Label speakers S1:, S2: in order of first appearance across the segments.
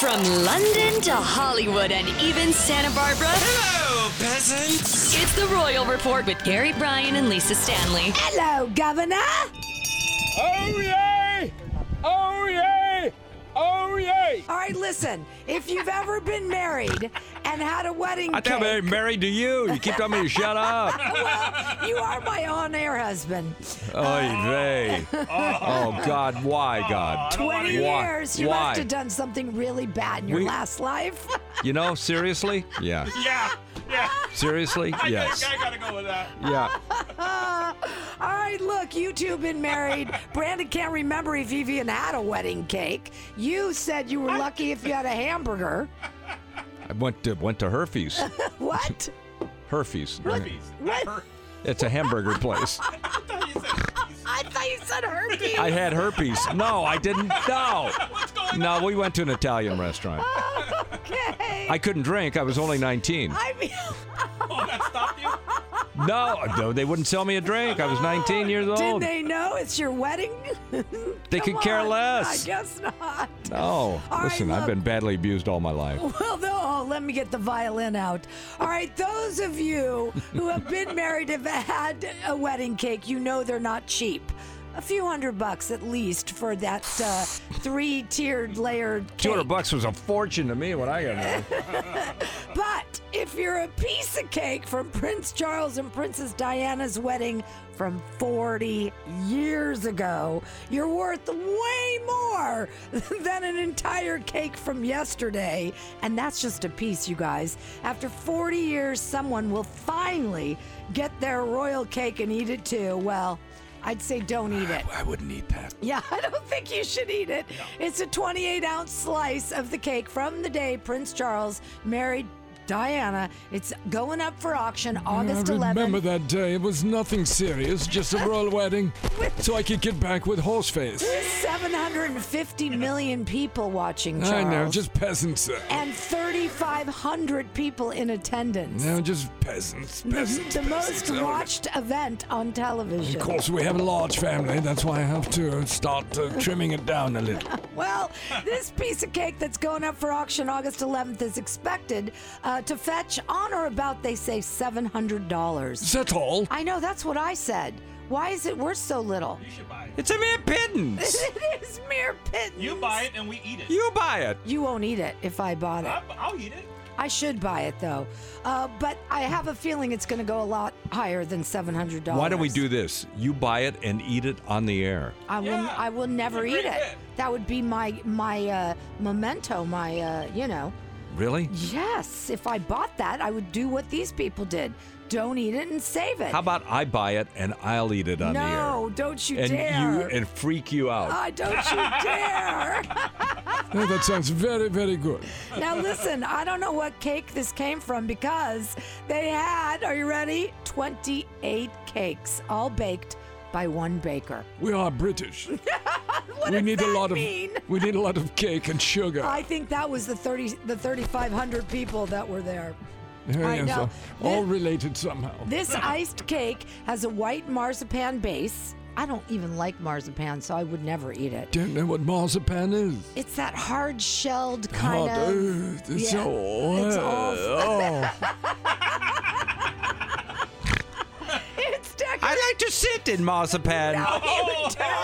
S1: From London to Hollywood and even Santa Barbara,
S2: Hello, peasants!
S1: it's the Royal Report with Gary Bryan and Lisa Stanley.
S3: Hello, Governor.
S4: Oh yay! Oh yay! Oh yay!
S3: All right, listen. If you've ever been married and had a wedding
S4: I think I'm
S3: cake,
S4: very married to you. You keep telling me to shut up.
S3: well, you are my on-air husband.
S4: Oy vey. Oh God, why God?
S3: Twenty
S4: Why?
S3: years. You
S4: why?
S3: must have done something really bad in your
S4: We-
S3: last life.
S4: You know, seriously? Yeah.
S2: Yeah, yeah.
S4: Seriously?
S2: I,
S4: Yes.
S2: I, gotta go with that.
S4: Yeah.
S3: All right, look, you two have been married. Brandon can't remember if you've even had a wedding cake. You said you were lucky if you had a hamburger.
S4: I went to went to Herfies.
S3: What?
S4: Herfies.
S2: Herpes.
S3: What?
S2: Her-
S4: It's a hamburger place.
S2: I thought you said-
S3: I thought you said herpes.
S4: I had herpes. No, I didn't. No.
S2: What's going on?
S4: No, we went to an Italian restaurant.
S3: okay.
S4: I couldn't drink. I was only 19.
S3: I mean,
S2: Oh, that stopped you?
S4: No, no, they wouldn't sell me a drink. I was 19 years
S3: didn't
S4: old.
S3: they know it's your wedding?
S4: Oh. They
S3: Come
S4: could care
S3: on.
S4: less.
S3: I guess not.
S4: No.
S3: All right,
S4: Listen, I've
S3: look.
S4: been badly abused all my life.
S3: Well, no, let me get the violin out. All right, those of you who have been married have had a wedding cake, you know they're not cheap. A few hundred bucks at least for that uh, three tiered layered cake.
S4: 200 bucks was a fortune to me when I got married.
S3: But if you're a piece of cake from Prince Charles and Princess Diana's wedding from 40 years ago, you're worth way more than an entire cake from yesterday. And that's just a piece, you guys. After 40 years, someone will finally get their royal cake and eat it too. Well, I'd say don't eat it.
S4: I wouldn't eat that.
S3: Yeah, I don't think you should eat it. It's a 28 ounce slice of the cake from the day Prince Charles married Diana. It's going up for auction August
S5: I
S3: 11th.
S5: remember that day. It was nothing serious, just a royal wedding, so I could get back with horseface.
S3: 750 million people watching Charles.
S5: I know, just peasants. Though.
S3: and 3,500 people in attendance.
S5: No, just peasants.
S3: The-
S5: Peasants.
S3: the
S5: peasants,
S3: most
S5: only.
S3: watched event on television.
S5: Of course, we have a large family. That's why I have to start uh, trimming it down a little.
S3: Well, this piece of cake that's going up for auction August 11th is expected uh, to fetch on or about, they say, $700.
S5: Is that all?
S3: I know, that's what I said. Why is it worth so little?
S4: It's a mere pittance.
S3: it is mere pittance.
S2: You buy it and we eat it.
S4: you buy it.
S3: You won't eat it if I bought it.
S2: I, I'll eat it.
S3: I should buy it, though. Uh, but I have a feeling it's going to go a lot higher than $700.
S4: Why don't we do this? You buy it and eat it on the air.
S3: I will.
S2: Yeah.
S3: I will never
S2: It's a
S3: eat
S2: great
S3: it.
S2: bit.
S3: That would be my my uh, memento. My uh, you know.
S4: Really?
S3: Yes, if I bought that, I would do what these people did. Don't eat it and save it.
S4: How about I buy it and I'll eat it on
S3: no, don't you
S4: the air? And
S3: dare.
S4: you and freak you out.
S3: Ah, don't you dare.
S5: No, that sounds very, very good.
S3: now listen, I don't know what cake this came from because they had, are you ready? 28 cakes, all baked by one baker.
S5: We are British.
S3: What
S5: we
S3: does
S5: need
S3: that
S5: a lot
S3: mean?
S5: of we need a lot of cake and sugar.
S3: I think that was the 30 the 3500 people that were there.
S5: Yeah,
S3: I
S5: yeah,
S3: know.
S5: so all
S3: Thi-
S5: related somehow.
S3: This iced cake has a white marzipan base. I don't even like marzipan, so I would never eat it.
S5: Don't know what marzipan is.
S3: It's that hard shelled
S5: Oh,
S3: kind of.
S5: dude, it's
S3: yeah,
S5: all.
S3: it's
S5: oh.
S3: It's decorated.
S4: I like to sit in marzipan.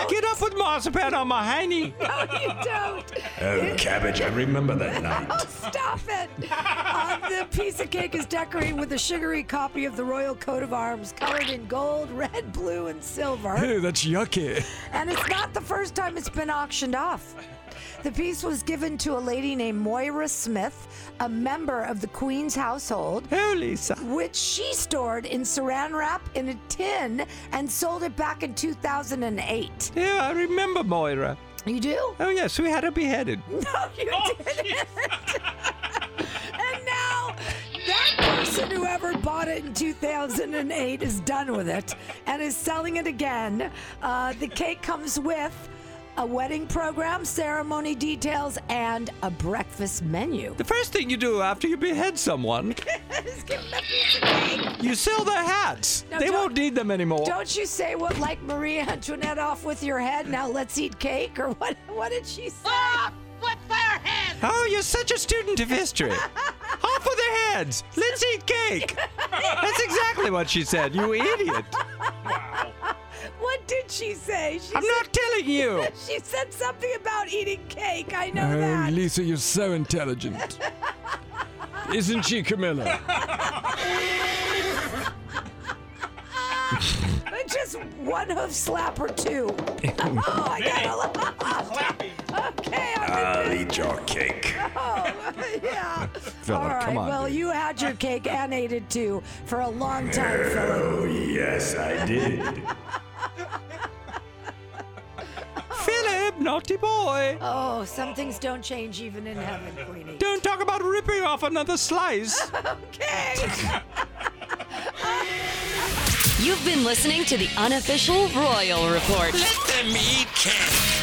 S4: Get up with marzipan on my hiney.
S3: No, you don't.
S4: Oh, cabbage, I remember that night.
S3: Oh, stop it. Uh, the piece of cake is decorated with a sugary copy of the Royal Coat of Arms colored in gold, red, blue, and silver.
S5: Hey, that's yucky.
S3: And it's not the first time it's been auctioned off. The piece was given to a lady named Moira Smith, a member of the Queen's household,
S4: Oh, Lisa.
S3: which she stored in saran wrap in a tin and sold it back in 2008.
S4: Yeah, I remember Moira.
S3: You do?
S4: Oh, yes, we had her beheaded.
S3: No, you
S2: Oh,
S3: didn't. and now that person who ever bought it in 2008 is done with it and is selling it again. Uh, the cake comes with a wedding program, ceremony details, and a breakfast menu.
S4: The first thing you do after you behead someone,
S3: Just give them a piece of cake.
S4: you sell their hats.
S3: No,
S4: they
S3: don't-
S4: won't need them anymore.
S3: Don't you say what like Marie Antoinette off with your head? Now let's eat cake or what? What did she say?
S6: Off with their heads!
S4: Oh, you're such a student of history. Off with their heads. Let's eat cake. That's exactly what she said, you idiot.
S3: What did she say? She
S4: I'm
S3: said,
S4: not telling you.
S3: She said something about eating cake. I know
S5: Oh,
S3: that.
S5: Lisa, you're so intelligent. Isn't she, Camilla?
S3: Just one hoof slap or two. oh, I got a lot.
S2: Clapping.
S3: Okay,
S4: Uh,
S3: I'm in
S4: Eat your cake.
S3: oh, yeah.
S4: Philip,
S3: All right.
S4: come on,
S3: well,
S4: dude.
S3: you had your cake and ate it too for a long time, Philip.
S4: Oh, Yes, I did. Philip, naughty boy.
S3: Oh, some things don't change even in heaven, Queenie.
S4: Don't talk about ripping off another slice.
S3: Okay.
S1: You've been listening to the unofficial Royal Report.
S6: Let them eat cake.